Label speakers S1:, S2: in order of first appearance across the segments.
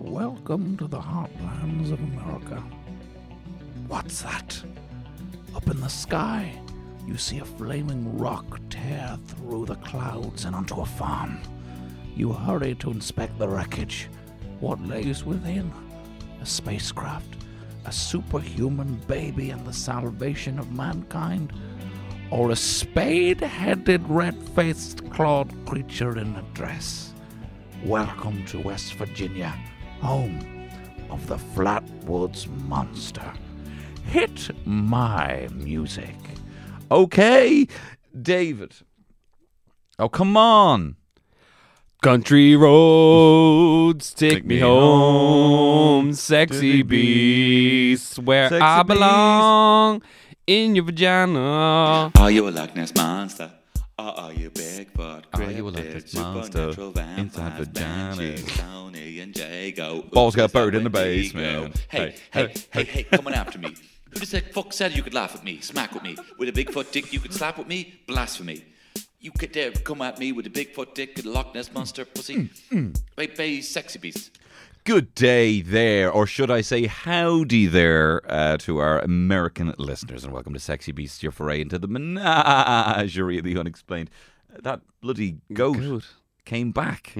S1: Welcome to the heartlands of America. What's that? Up in the sky, you see a flaming rock tear through the clouds and onto a farm. You hurry to inspect the wreckage. What lays within? A spacecraft, a superhuman baby, and the salvation of mankind? Or a spade headed, red faced, clawed creature in a dress? Welcome to West Virginia, home of the Flatwoods Monster. Hit my music.
S2: Okay, David. Oh, come on.
S3: Country roads take,
S2: Take
S3: me
S2: me
S3: home,
S2: home
S3: sexy
S2: to the
S3: beast, where
S2: Sexy
S3: I
S2: beast.
S3: belong in your vagina.
S4: Are you a Loch Ness monster? Or are you Bigfoot?
S2: Are you a Loch
S4: cryptid,
S2: Ness monster?
S4: supernatural vampires,
S2: Inside vaginas.
S4: banshees, Tony and Jago.
S2: Balls got
S4: Oops,
S2: buried in the
S4: Wendigo.
S2: basement.
S4: Hey,
S2: Hey,
S4: hey, hey, hey, come on after me. Who the sick fuck said you could laugh at me, smack with me? With a Bigfoot dick you could slap with me? Blasphemy. You could dare come at me with a Bigfoot dick and a Loch Ness monster pussy?
S2: Mm,
S4: Hey, bay, sexy beast.
S2: Good day there, or should I say howdy there, uh, to our American listeners, and welcome to Sexy Beasts, your foray into the menagerie of the unexplained. That bloody goat, Hmm. came back.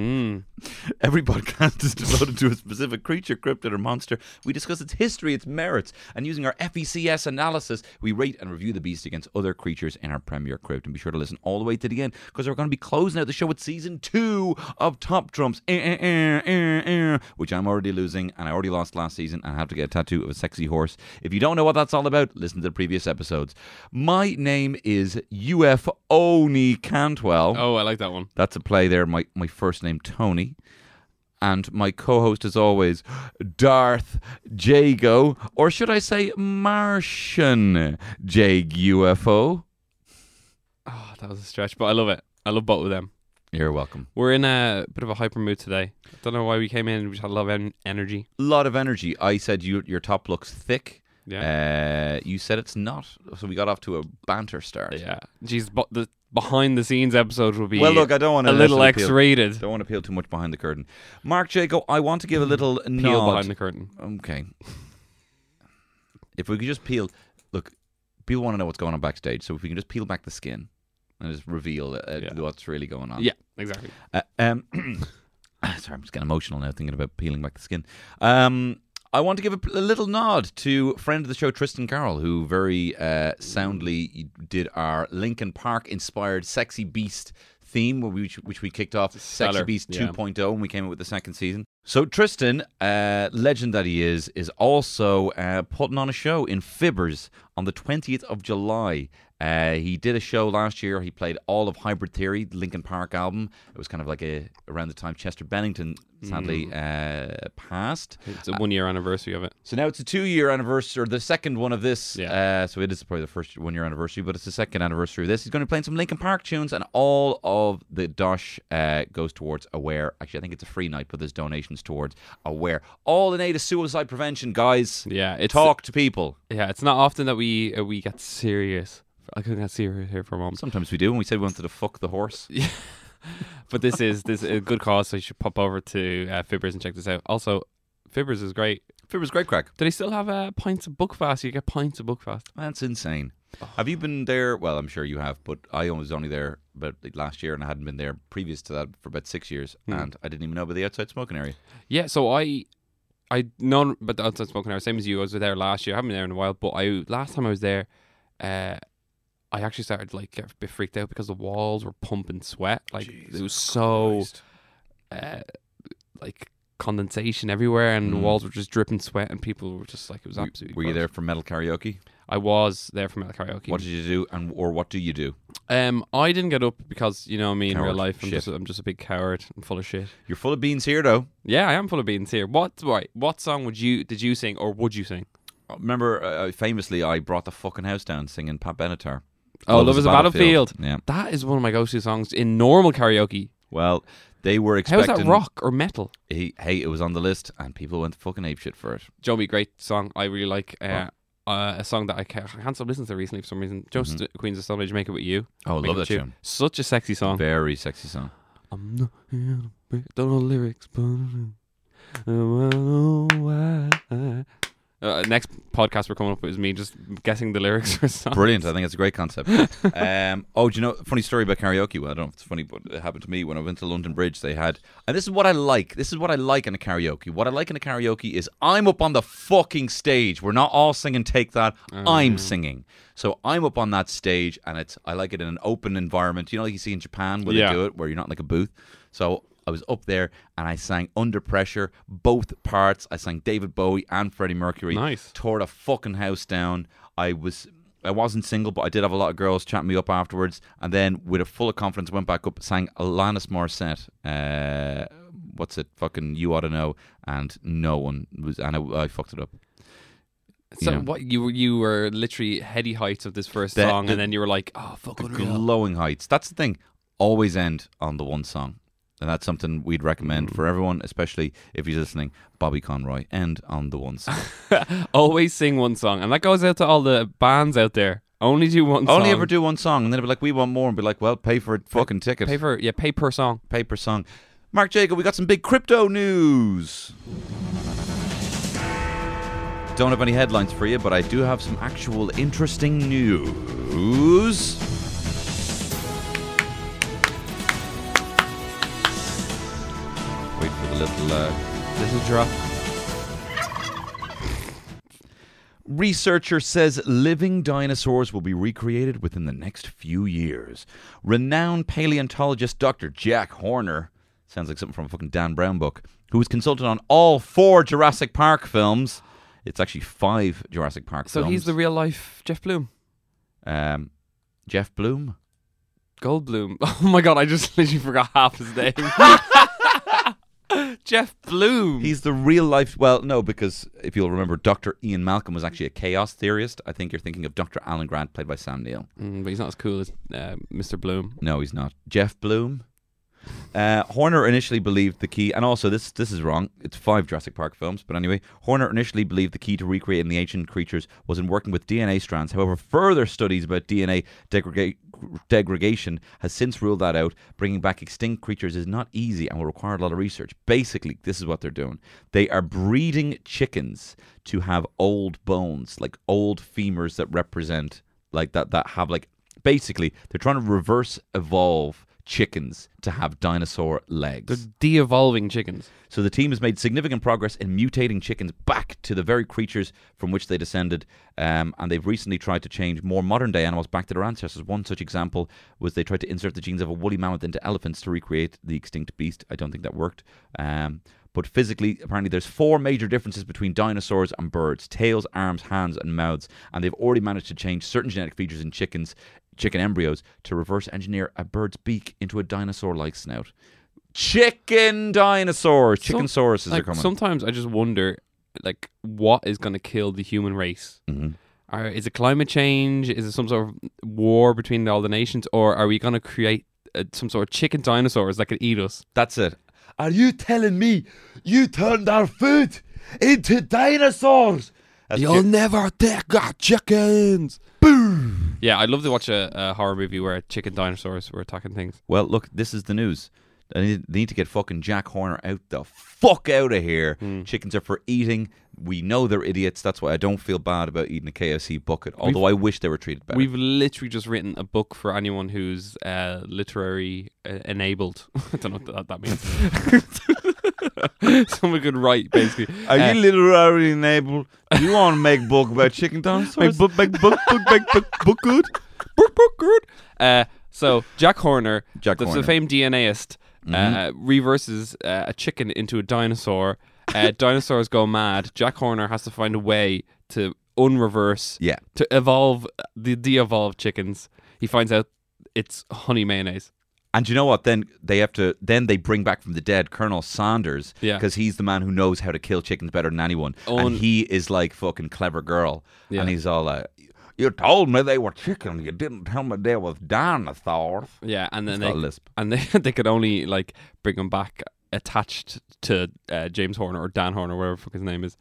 S2: Every podcast is devoted to a specific creature, cryptid, or monster. We discuss its history, its merits, and using our FECS analysis, we rate and review the beast against other creatures in our premier crypt. And be sure to listen all the way to the end because we're going to be closing out the show with season two of Top Trumps, Eh, eh, eh, eh, eh, which I'm already losing, and I already lost last season, and I have to get a tattoo of a sexy horse. If you don't know what that's all about, listen to the previous episodes. My name is UFONI Cantwell.
S3: Oh, I like that one.
S2: That's a play there. My my first name Tony, and my co-host is always Darth Jago, or should I say Martian Jag UFO?
S3: Oh, that was a stretch, but I love it. I love both of them.
S2: You're welcome.
S3: We're in a bit of a hyper mood today. I don't know why we came in. We just had a lot of en- energy.
S2: A lot of energy. I said you, your top looks thick.
S3: Yeah.
S2: Uh, you said it's not. So we got off to a banter start.
S3: Uh, yeah. Jeez, but the behind the scenes episode will be
S2: Well, look, I don't want
S3: a little X rated.
S2: Don't want to peel too much behind the curtain. Mark Jago, I want to give a little
S3: Mm-hmm. Peel
S2: nod. Oh.
S3: behind the curtain.
S2: Okay. If we could just peel, look, people want to know what's going on backstage. So if we can just peel back the skin and just reveal uh,
S3: Yeah.
S2: what's really going on.
S3: Yeah, exactly.
S2: Uh, um, sorry, I'm just getting emotional now thinking about peeling back the skin. Um, I want to give a, p- a little nod to friend of the show Tristan Carroll, who very uh, soundly did our Lincoln Park inspired "Sexy Beast" theme, which which we kicked off "Sexy
S3: Stellar,
S2: Beast
S3: yeah.
S2: 2.0" when we came up with the second season. So Tristan, uh, legend that he is, is also uh, putting on a show in Fibbers on the 20th of July. Uh, he did a show last year. He played all of Hybrid Theory, the Linkin Park album. It was kind of like a around the time Chester Bennington sadly uh, passed.
S3: It's a one year anniversary of it.
S2: So now it's a two-year anniversary, or the second one of this.
S3: Yeah.
S2: Uh, so it is probably the first one-year anniversary, but it's the second anniversary of this. He's going to be playing some Linkin Park tunes, and all of the dosh uh, goes towards Aware. Actually, I think it's a free night, but there's donations towards Aware. All in aid of suicide prevention, guys.
S3: Yeah, it's
S2: Talk to people.
S3: Yeah, it's not often that we uh, we get serious. I couldn't get serious here for a moment.
S2: Sometimes we do, and we said we wanted to fuck the horse.
S3: But this is this is a good cause, so you should pop over to uh, Fibbers and check this out. Also, Fibbers is great.
S2: It was great crack.
S3: Do they still have uh, pints of Bookfast? You get pints of Bookfast.
S2: That's insane. Have you been there? Well, I'm sure you have, but I was only there about like, last year, and I hadn't been there previous to that for about six years, and I didn't even know about the outside smoking area.
S3: Yeah, so I I known but the outside smoking hour, same as you, I was there last year. I haven't been there in a while, but I last time I was there, uh I actually started like get a bit freaked out because the walls were pumping sweat. Like it was so uh like condensation everywhere and the walls were just dripping sweat and people were just like it was
S2: Mm. Were-
S3: absolutely
S2: Were you
S3: gross.
S2: there for metal karaoke?
S3: I was there for metal karaoke.
S2: What did you do, and or what do you do?
S3: Um, I didn't get up because you know me in real
S2: Coward.
S3: life. I'm
S2: Shit.
S3: just, I'm just a big coward. I'm full of shit.
S2: You're full of beans here, though.
S3: Yeah, I am full of beans here. What right? What song would you did you sing or would you sing?
S2: Remember, uh, famously, I brought the fucking house down singing Pat Benatar.
S3: Oh, Love is a Battlefield.
S2: Yeah.
S3: That is one of my go-to songs in normal karaoke.
S2: Well, they were
S3: How is
S2: expecting.
S3: that rock or metal?
S2: He, hey, it was on the list, and people went fucking apeshit for it.
S3: Joey, great song. I really like uh, uh, a song that I can't, I can't stop listening to recently for some reason. Just uh, Queens of Stone Age, Make It With You.
S2: Oh, Mm-hmm. I
S3: Make
S2: love
S3: It
S2: that
S3: With You.
S2: tune.
S3: Such a sexy song.
S2: Very sexy song.
S3: I'm not here to break- don't know the lyrics, but I don't know why. Uh, next podcast we're coming up with is me just guessing the lyrics for songs.
S2: Brilliant. I think it's a great concept. um, oh, do you know, funny story about karaoke. Well, I don't know if it's funny, but it happened to me when I went to London Bridge. They had, and this is what I like. This is what I like in a karaoke. What I like in a karaoke is I'm up on the fucking stage. We're not all singing Take That.
S3: Mm.
S2: I'm singing. So I'm up on that stage, and it's I like it in an open environment. You know, like you see in Japan where
S3: Yeah.
S2: they do it, where you're not in like a booth. So I was up there and I sang Under Pressure, both parts. I sang David Bowie and Freddie Mercury.
S3: Nice.
S2: Tore the fucking house down. I was I wasn't single, but I did have a lot of girls chatting me up afterwards. And then with a full of confidence went back up, sang Alanis Morissette. Uh what's it? Fucking You Oughta Know and no one was and I, I fucked it up.
S3: So
S2: Yeah.
S3: what you were you were literally heady heights of this first
S2: The-
S3: song,
S2: the-
S3: and then you were like, oh fuck, unreal.
S2: Glowing heights. That's the thing. Always end on the one song. And that's something we'd recommend for everyone, especially if you're listening. Bobby Conroy, end on the one song.
S3: always sing one song, and that goes out to all the bands out there. Only do one.
S2: Only
S3: song.
S2: ever do one song, and then it'd be like, we want more, and be like, well, pay for a fucking ticket.
S3: pay for yeah pay per song.
S2: paper song. Mark Jacob, we got some big crypto news. Don't have any headlines for you, but I do have some actual interesting news. Wait for the little uh, little drop. Researcher says living dinosaurs will be recreated within the next few years. Renowned paleontologist Dr. Jack Horner, sounds like something from a fucking Dan Brown book, who was consulted on all four Jurassic Park films. It's actually five Jurassic Park
S3: So
S2: films.
S3: he's the real life Jeff Bloom,
S2: um, Jeff Bloom.
S3: Goldblum. Oh my god, I just literally forgot half his name. Jeff Bloom.
S2: He's the real life. Well, no, because if you'll remember, Dr. Ian Malcolm was actually a chaos theorist. I think you're thinking of Dr. Alan Grant, played by Sam Neill.
S3: Mm, but he's not as cool as uh, Mr. Bloom.
S2: No, he's not. Jeff Bloom. Uh, Horner initially believed the key, and also this this is wrong. It's five Jurassic Park films, but anyway, Horner initially believed the key to recreating the ancient creatures was in working with DNA strands. However, further studies about DNA degrega- degradation has since ruled that out. Bringing back extinct creatures is not easy and will require a lot of research. Basically, this is what they're doing: they are breeding chickens to have old bones, like old femurs that represent like that that have like basically they're trying to reverse evolve chickens to have dinosaur legs.
S3: They're de-evolving chickens.
S2: So the team has made significant progress in mutating chickens back to the very creatures from which they descended, um, and they've recently tried to change more modern day animals back to their ancestors. One such example was they tried to insert the genes of a woolly mammoth into elephants to recreate the extinct beast. I don't think that worked. Um, but physically, apparently, there's four major differences between dinosaurs and birds: tails, arms, hands, and mouths. And they've already managed to change certain genetic features in chickens, chicken embryos, to reverse engineer a bird's beak into a dinosaur-like snout. Chicken dinosaurs, chicken sauruses
S3: like,
S2: are coming.
S3: Sometimes I just wonder, like, what is going to kill the human race?
S2: Mhm.
S3: Are, is it climate change? Is it some sort of war between all the nations, or are we going to create uh, some sort of chicken dinosaurs that could eat us?
S2: That's it. Are you telling me you turned our food into dinosaurs? That's chi-
S3: never take our chickens. Boom. Yeah, I'd love to watch a, a horror movie where chicken dinosaurs were attacking things.
S2: well, look, this is the news. They need, they need to get fucking Jack Horner out the fuck out of here.
S3: Hmm.
S2: Chickens are for eating. We know they're idiots. That's why I don't feel bad about eating a KFC bucket. Although I wish they were treated better.
S3: We've literally just written a book for anyone who's uh, literary uh, enabled. I don't know what that, that means. Someone could write, basically. Uh,
S2: literally enabled? You want to make book about chicken
S3: Make
S2: dinosaurs?
S3: book, make book, book, make book, book good, book, book good. Uh, so Jack Horner,
S2: Jack
S3: the,
S2: Horner.
S3: the
S2: Mm-hmm.
S3: famed DNAist, uh, reverses uh, a chicken into a dinosaur. Uh, dinosaurs go mad. Jack Horner has to find a way to unreverse
S2: Yeah.
S3: to evolve uh, the de-evolved chickens. He finds out it's honey mayonnaise.
S2: And you know what? Then they have to. Then they bring back from the dead Colonel Saunders
S3: Yeah.
S2: because he's the man who knows how to kill chickens better than anyone,
S3: Un-
S2: and he is like fucking clever girl,
S3: Yeah.
S2: and he's all like, "You told me they were chicken. You didn't tell me they was dinosaurs."
S3: Yeah, and then
S2: got
S3: they
S2: a lisp.
S3: and they they could only like bring him back attached to uh, James Horner or Dan Horner, whatever the fuck his name is.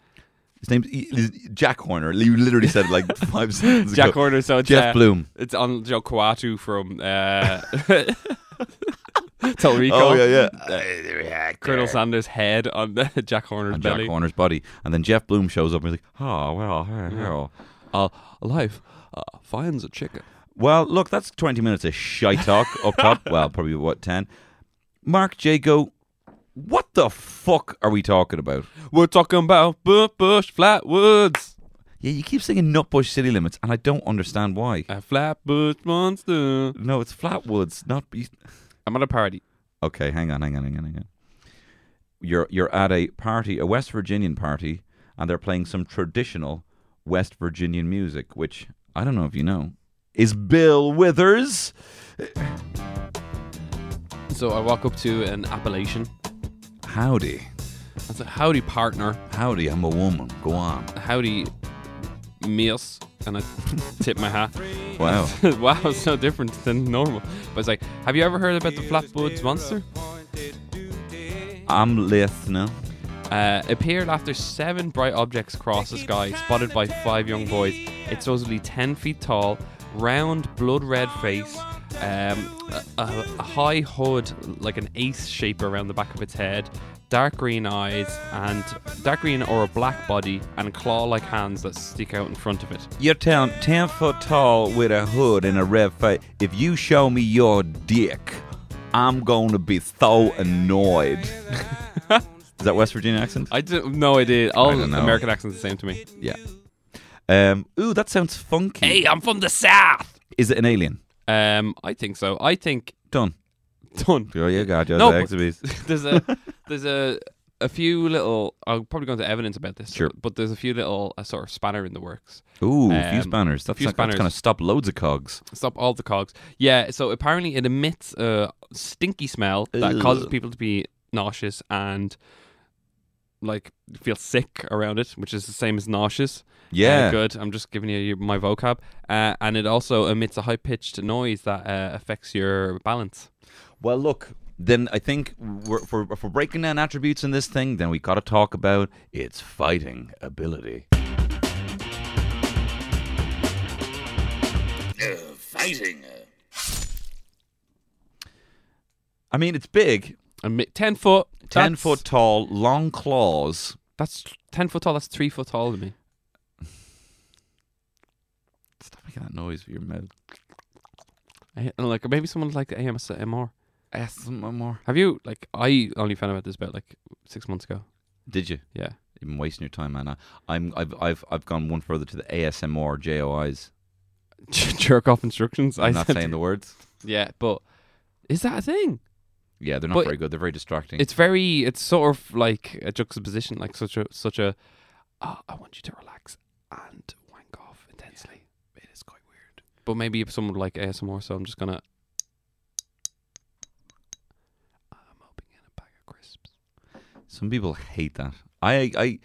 S2: His name's he- he's Jack Horner. You literally said it like five seconds
S3: Jack
S2: ago.
S3: Horner. So it's,
S2: Jeff
S3: uh,
S2: Bloom.
S3: It's on Joe Coatu from uh, Total Recall.
S2: Oh yeah, yeah.
S3: Colonel Sanders' head on Jack Horner's
S2: and Jack
S3: belly.
S2: Horner's body, and then Jeff Bloom shows up and he's like, "Oh well, hey, hey."
S3: Uh, life uh, finds a chicken.
S2: Well, look, that's 20 minutes of shy talk up top. Well, probably what, 10? Mark Jago, what the fuck are we talking about?
S3: We're talking about bu- bush flatwoods.
S2: Yeah, you keep singing Nutbush City Limits, and I don't understand why.
S3: A flatbush monster.
S2: No, it's Flatwoods, not. Be-
S3: I'm at a party.
S2: okay, hang on, hang on, hang on, hang on. You're, you're at a party, a West Virginian party, and they're playing some traditional West Virginian music, which I don't know if you know. Is Bill Withers?
S3: So I walk up to an Appalachian.
S2: Howdy,
S3: I said, howdy, partner.
S2: howdy, I'm a woman. Go on.
S3: Howdy, meals. And I tip my hat.
S2: Wow.
S3: wow, it's so different than normal. But it's like, have you ever heard about the Flatwoods monster?
S2: I'm listening.
S3: uh, appeared after seven bright objects cross the sky, spotted by five young boys. It's supposedly 10 feet tall, round, blood red face, um, a, a- a high hood like an ace shape around the back of its head, dark green eyes, and dark green or a black body, and claw like hands that stick out in front of it.
S2: You're telling 10 foot tall with a hood and a red face. If you show me your dick, I'm going to be so annoyed. Is that West Virginia accent?
S3: I d- no idea. All
S2: I don't know.
S3: American accents the same to me.
S2: yeah. Um, ooh, that sounds funky.
S3: Hey, I'm from the South!
S2: Is it an alien?
S3: Um, I think so. I think.
S2: Done.
S3: Done.
S2: Oh, you got your
S3: No,
S2: legs
S3: but-
S2: to be-
S3: there's a there's a a few little. I'll probably go into evidence about this.
S2: Sure.
S3: But there's a few little uh, sort of spanner in the works.
S2: Ooh, a few
S3: Um,
S2: spanners. That's,
S3: few
S2: like,
S3: spanners.
S2: that's going to stop loads of cogs.
S3: Stop all the cogs. Yeah. So apparently it emits a stinky smell that
S2: Ugh.
S3: causes people to be nauseous and like feel sick around it, which is the same as nauseous. Uh,
S2: Yeah.
S3: good. I'm just giving you my vocab. Uh, and it also emits a high pitched noise that uh, affects your balance.
S2: Well, look, then I think we're, if, we're, if we're breaking down attributes in this thing, then we got to talk about its fighting ability.
S4: Uh, fighting. Uh,
S2: I mean, it's big,
S3: Emi- ten foot.
S2: 10
S3: that's-
S2: foot tall, long claws.
S3: That's ten foot tall. That's three foot tall to me.
S2: Stop making that noise with your mouth.
S3: I, and, like maybe someone's like AMSMR.
S2: Ask someone more.
S3: Have you like I only found out about this about like six months ago.
S2: Did you?
S3: Yeah.
S2: You've been wasting your time, Anna. I'm, I've, I've, I've gone one further to the ASMR JOIs.
S3: Jerk off instructions.
S2: I'm not
S3: said-
S2: saying the words.
S3: Yeah, but is that a thing?
S2: Yeah, they're not
S3: But
S2: very good. They're very distracting.
S3: It's very it's sort of like a juxtaposition, like such a such a "Ah, I want you to relax and wank off intensely. it is quite weird. But maybe if someone would like ASMR, so I'm just gonna I'm opening a bag of crisps.
S2: Some people hate that. I, I,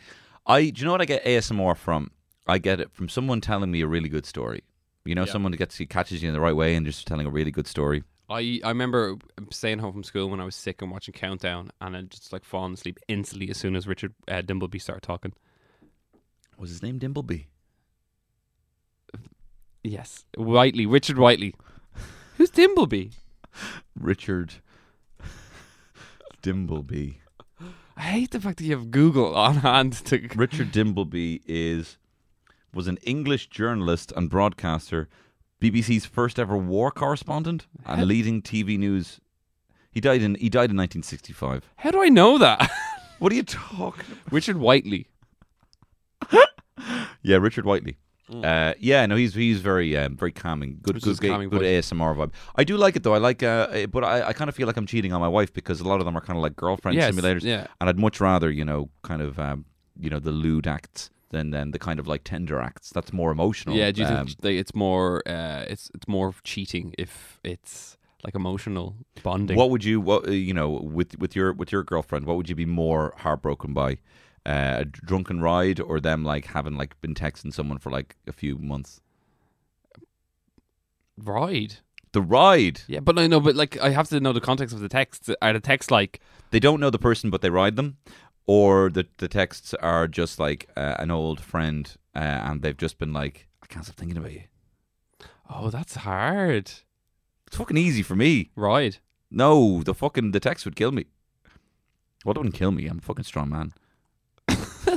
S2: I. Do you know what I get ASMR from? I get it from someone telling me a really good story. You know, someone who gets who catches you in the right way and just telling a really good story.
S3: I I remember staying home from school when I was sick and watching Countdown, and I just like falling asleep instantly as soon as Richard uh, Dimbleby started talking.
S2: Was his name Dimbleby?
S3: Yes, Whiteley, Richard Whiteley. Who's Dimbleby?
S2: Richard Dimbleby.
S3: I hate the fact that you have Google on hand to.
S2: Richard Dimbleby is was an English journalist and broadcaster, BBC's first ever war correspondent and leading TV news. He died in he died in 1965.
S3: How do I know that?
S2: What are you talking? about?
S3: Richard Whiteley.
S2: Yeah, Richard Whiteley.
S3: Mm.
S2: Uh, yeah, no, he's he's very um, very calming, good
S3: Which
S2: good
S3: is
S2: good,
S3: calming
S2: good
S3: voice.
S2: ASMR vibe. I do like it though. I like, uh, eh, but I, I kind of feel like I'm cheating on my wife because a lot of them are kind of like girlfriend
S3: Yes,
S2: simulators.
S3: yeah.
S2: and I'd much rather you know kind of um, you know the lewd acts. than than the kind of like tender acts. That's more emotional.
S3: Yeah, do you
S2: um,
S3: think they, it's more uh, it's it's more cheating if it's like emotional bonding?
S2: What would you what uh, you know with with your with your girlfriend? What would you be more heartbroken by? Uh, a drunken ride or them like having like been texting someone for like a few months?
S3: ride?
S2: The ride.
S3: Yeah, but I know, but like I have to know the context of the text. Are the text like
S2: They don't know the person, but they ride them, or the the texts are just like uh, an old friend, uh, and they've just been like, I can't stop thinking about you.
S3: oh that's hard
S2: It's fucking easy for me.
S3: ride?
S2: No, the fucking the text would kill me. Well, it wouldn't kill me. I'm a fucking strong man.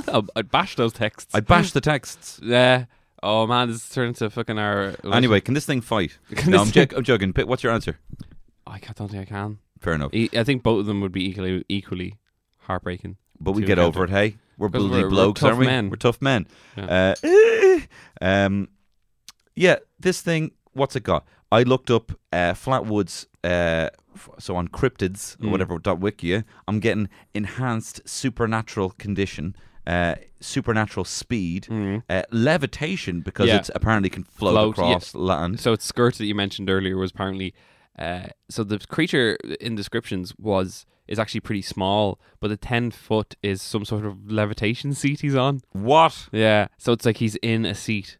S3: I'd I'd bash those texts.
S2: I bash the texts.
S3: Yeah. Oh man, this is turning to fucking our.
S2: Anyway, can this thing fight?
S3: Can
S2: No,
S3: this
S2: I'm,
S3: thing-
S2: jo- I'm joking. Pi- What's your answer?
S3: I ca- don't think I can.
S2: Fair enough.
S3: E- I think both of them would be equally equally heartbreaking.
S2: But we
S3: to
S2: get
S3: account
S2: over it, hey? We're
S3: 'Cause
S2: bloody
S3: we're- we're
S2: blokes,
S3: tough
S2: aren't we?
S3: men.
S2: We're tough men. Uh, um, yeah, this thing, what's it got? I looked up uh, Flatwoods, uh, f- so on cryptids
S3: Mm.
S2: or whatever, dot wiki, I'm getting enhanced supernatural condition, uh, supernatural speed, uh, levitation, because
S3: Mm. Yeah.
S2: it's apparently can float,
S3: Float, yeah.
S2: across land.
S3: So it's skirt that you mentioned earlier was apparently. Uh, so the creature in descriptions was is actually pretty small, but the ten foot is some sort of levitation seat he's on.
S2: what?
S3: Yeah, so it's like he's in a seat.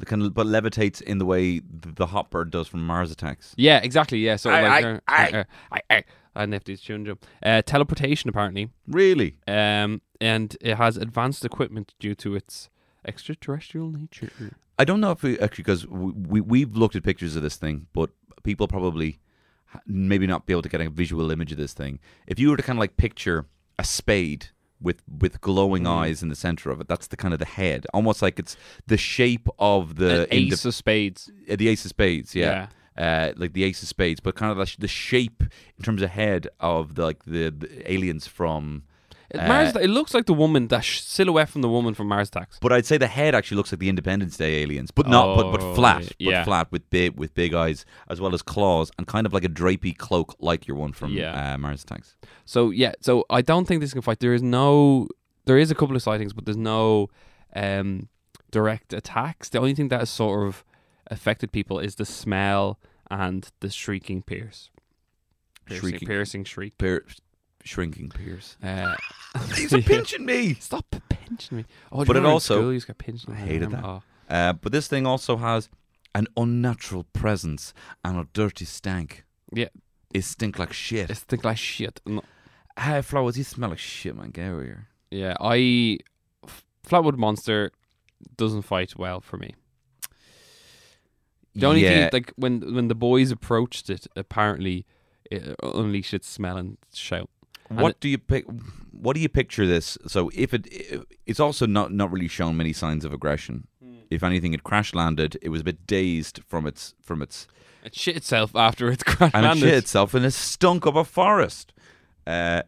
S2: It Can, but levitates in the way th- the hot bird does from Mars Attacks.
S3: Yeah, exactly. Yeah, so
S2: Aye,
S3: like,
S2: aye,
S3: uh,
S2: aye.
S3: uh, aye, aye. and if these children jump, uh, teleportation apparently,
S2: Really?
S3: um, and it has advanced equipment due to its extraterrestrial nature.
S2: I don't know if we actually because we, we have looked at pictures of this thing, but people probably ha- maybe not be able to get a visual image of this thing. If you were to kind of like picture a spade with with glowing eyes in the center of it, that's the kind of the head, almost like it's the shape of the
S3: An ace
S2: indi-
S3: of spades.
S2: uh, the ace of spades, yeah. Uh, like the ace of spades, but kind of the, sh- the shape in terms of head of the, like the, the aliens from
S3: It,
S2: uh,
S3: Mars, it looks like the woman, the sh- silhouette from the woman from Mars Attacks.
S2: But I'd say the head actually looks like the Independence Day aliens, but not, but
S3: Oh,
S2: but flat,
S3: yeah.
S2: but flat with big with big eyes as well as claws and kind of like a drapey cloak like your one from
S3: Yeah.
S2: uh, Mars Attacks.
S3: So yeah, so I don't think this can fight. There is no, there is a couple of sightings, but there's no um, direct attacks. The only thing that has sort of affected people is the smell and the shrieking pierce, piercing,
S2: Shrieking.
S3: piercing shriek.
S2: Pier- shrinking peers.
S3: Uh,
S2: These are pinching me.
S3: Stop pinching me. Oh, do you
S2: But it
S3: remember in
S2: also-
S3: school you used to get pinched. I
S2: hated that.
S3: Oh.
S2: Uh, but this thing also has an unnatural presence and a dirty stank.
S3: Yeah,
S2: It stink like shit.
S3: it's think like shit. No.
S2: Hey, flowers, you smell like shit, man. Get over here.
S3: Yeah, I F- Flatwood Monster doesn't fight well for me. The only
S2: yeah,
S3: thing, like when when the boys approached it, apparently it unleashed its smell and shout. and
S2: what
S3: it-
S2: do you pick? What do you picture this? So if it, it's also not not really shown many signs of aggression.
S3: Hmm.
S2: If anything, it crash landed. It was a bit dazed from its from its
S3: It shit itself after it's crash
S2: and it
S3: landed.
S2: shit itself and it stunk up a forest. Uh,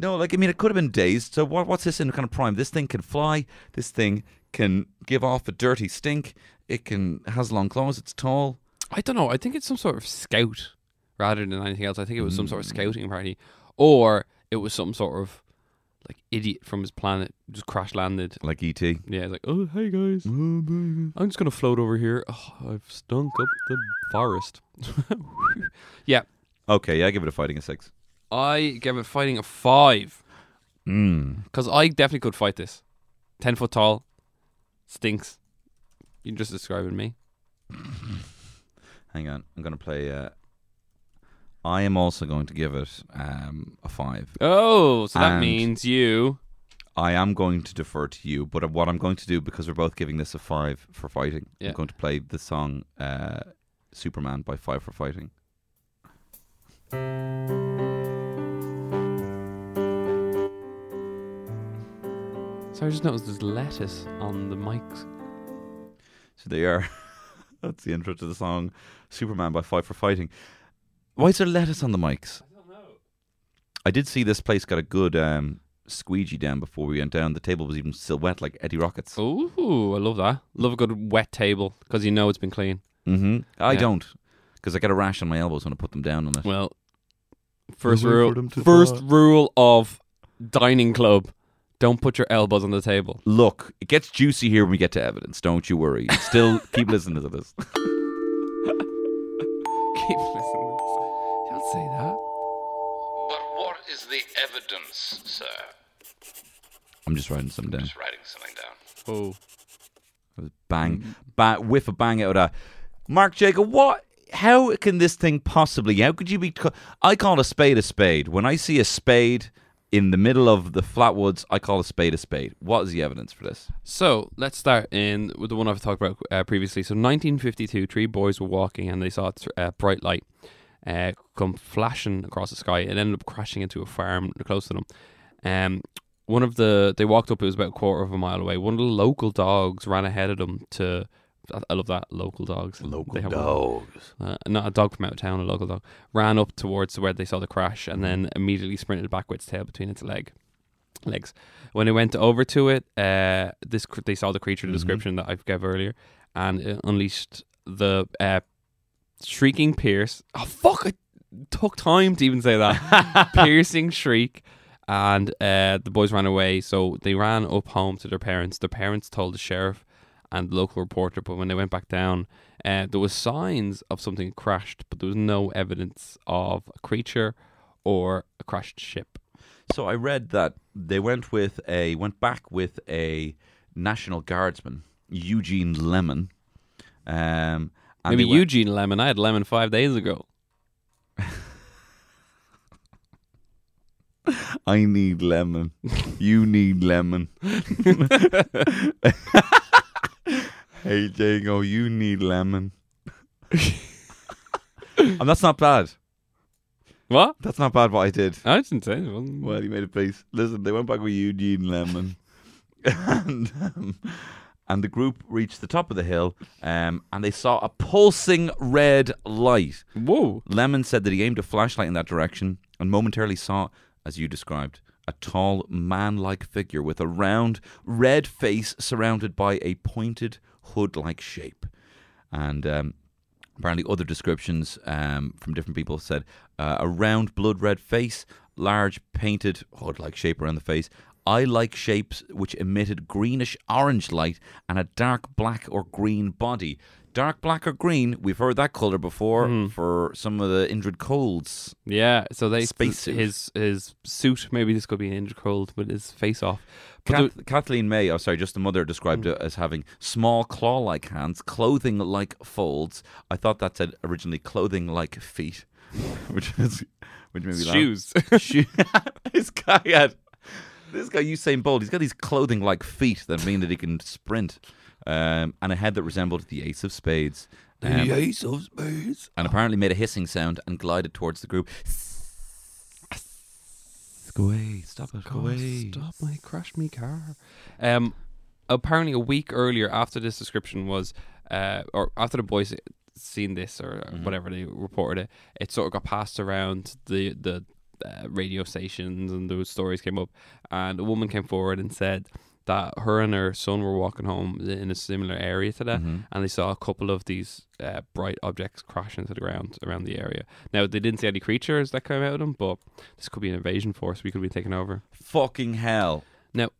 S2: no, like I mean, it could have been dazed. So what, what's this in kind of prime? This thing can fly. This thing can give off a dirty stink. It can has long claws. It's tall.
S3: I don't know. I think it's some sort of scout rather than anything else. I think it was some sort
S2: Mm.
S3: of scouting party, or it was some sort of like idiot from his planet just crash landed.
S2: Like E ET.
S3: Yeah, it's like, oh hey guys, I'm just gonna float over here. Oh, I've stunk up the forest. yeah,
S2: Okay, yeah, I give it a fighting a six.
S3: I gave it fighting a five.
S2: Mm.
S3: Because I definitely could fight this. 10 foot tall. Stinks. You're just describing me.
S2: Hang on, I'm gonna play. Uh, I am also going to give it um, a five.
S3: Oh, so that
S2: And-
S3: means you.
S2: I am going to defer to you, but what I'm going to do because we're both giving this a five for fighting,
S3: Yeah.
S2: I'm going to play the song uh, "Superman" by Five for Fighting.
S3: So I just noticed there's lettuce on the mics.
S2: So they are. that's the intro to the song "Superman" by Five for Fighting. Why is there lettuce on the mics? I don't know. I did see this place got a good um, squeegee down before we went down. The table was even still wet, like Eddie Rockets.
S3: Ooh, I love that. Love a good wet table because you know it's been clean.
S2: Mm-hmm. I
S3: Yeah.
S2: don't, because I get a rash on my elbows when I put them down on it.
S3: Well, first
S1: wait for
S3: rule.
S1: them to
S3: First
S1: die.
S3: rule of dining club. Don't put your elbows on the table.
S2: Look, it gets juicy here when we get to evidence. Don't you worry. Still, keep listening to this.
S3: Keep listening. Don't say that.
S5: But what is the evidence, sir?
S2: I'm just writing some down.
S5: Just writing something down.
S3: Oh,
S2: Bang, bang, whiff a bang out of that. Mark Jacob, what? How can this thing possibly? How could you be? ca- I call a spade a spade. When I see a spade in the middle of the flatwoods, I call a spade a spade. What is the evidence for this?
S3: So let's start in with the one I've talked about uh, previously. So 1952, three boys were walking and they saw a thr- uh, bright light uh, come flashing across the sky. It ended up crashing into a farm close to them. Um, one of the they walked up. It was about a quarter of a mile away. One of the local dogs ran ahead of them to. I- I love that local dogs. Local
S2: Dogs.
S3: uh, not a dog from out of town, a local dog, ran up towards where they saw the crash and then immediately sprinted back with its tail between its leg legs. When it went over to it, uh, this cr- they saw the creature description that I gave earlier, and it unleashed the uh, shrieking pierce. Oh fuck! It took time to even say that piercing shriek. And uh, the boys ran away, so they ran up home to their parents. Their parents told the sheriff and the local reporter, but when they went back down, uh, there was signs of something crashed, but there was no evidence of a creature or a crashed ship.
S2: So I read that they went with a went back with a National Guardsman, Eugene Lemon. Um, and
S3: Maybe
S2: they went-
S3: Eugene Lemon. I had lemon five days ago.
S2: I need lemon. you need lemon. hey Jago, you need lemon. and that's not bad.
S3: What?
S2: That's not bad. What I did.
S3: I didn't say it. wasn't-
S2: Well, he made a piece. Listen, they went back with Eugene Lemon, and um, and the group reached the top of the hill, um, and they saw a pulsing red light.
S3: Whoa.
S2: Lemon said that he aimed a flashlight in that direction and momentarily saw, as you described, a tall, man like figure with a round, red face surrounded by a pointed, hood like shape. And um, apparently, other descriptions um, from different people said uh, a round, blood red face, large, painted, hood like shape around the face. Eye like shapes which emitted greenish orange light and a dark black or green body. Dark black or green, we've heard that colour before
S3: Hmm.
S2: for some of the Indrid Colds.
S3: Yeah. So they
S2: Space suit.
S3: his his suit. Maybe this could be an cold with his face off. But Hmm.
S2: Kath- Kathleen May, oh sorry, just the mother described it as having small claw-like hands, clothing-like folds. I thought that said originally clothing-like feet, which is which made
S3: the
S2: me laugh.
S3: shoes.
S2: Shoe- this guy had this guy Usain Bolt. He's got these clothing-like feet that mean that he can sprint, um, and a head that resembled the Ace of Spades. Um,
S1: Ace of Spades.
S2: and apparently made a hissing sound and glided towards the group. Go away! Stop it! Go away!
S3: Stop my crash me car. Um, apparently a week earlier, after this description was, uh, or after the boys seen this or whatever they reported it, it sort of got passed around the the uh, radio stations and those stories came up, and a woman came forward and said that her and her son were walking home in a similar area to that, and they saw a couple of these uh, bright objects crash into the ground around the area. Now they didn't see any creatures that came out of them, but this could be an invasion force. We could be taken over.
S2: Fucking hell!
S3: Now,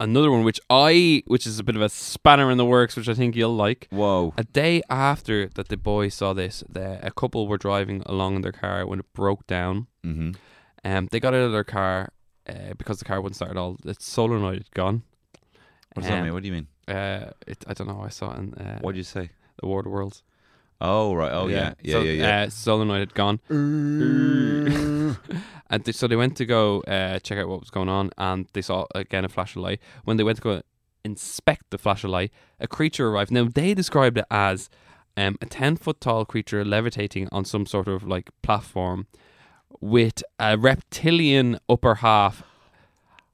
S3: another one which I, which is a bit of a spanner in the works, which I think you'll like.
S2: Whoa!
S3: A day after that, the boys saw this. The, a couple were driving along in their car when it broke down.
S2: Mm-hmm.
S3: Um, they got out of their car uh, because the car wouldn't start at all. Its solenoid had gone.
S2: What does that
S3: Um,
S2: mean? What do you mean?
S3: Uh, it, I don't know. I saw it in uh,
S2: What did you say?
S3: the War of the Worlds.
S2: Oh right. Oh yeah. Yeah
S3: so,
S2: yeah yeah. Uh.
S3: Uh, solenoid had gone. and they, so they went to go uh, check out what was going on, and they saw again a flash of light. When they went to go inspect the flash of light, a creature arrived. Now they described it as um, a ten foot tall creature levitating on some sort of like platform with a reptilian upper half.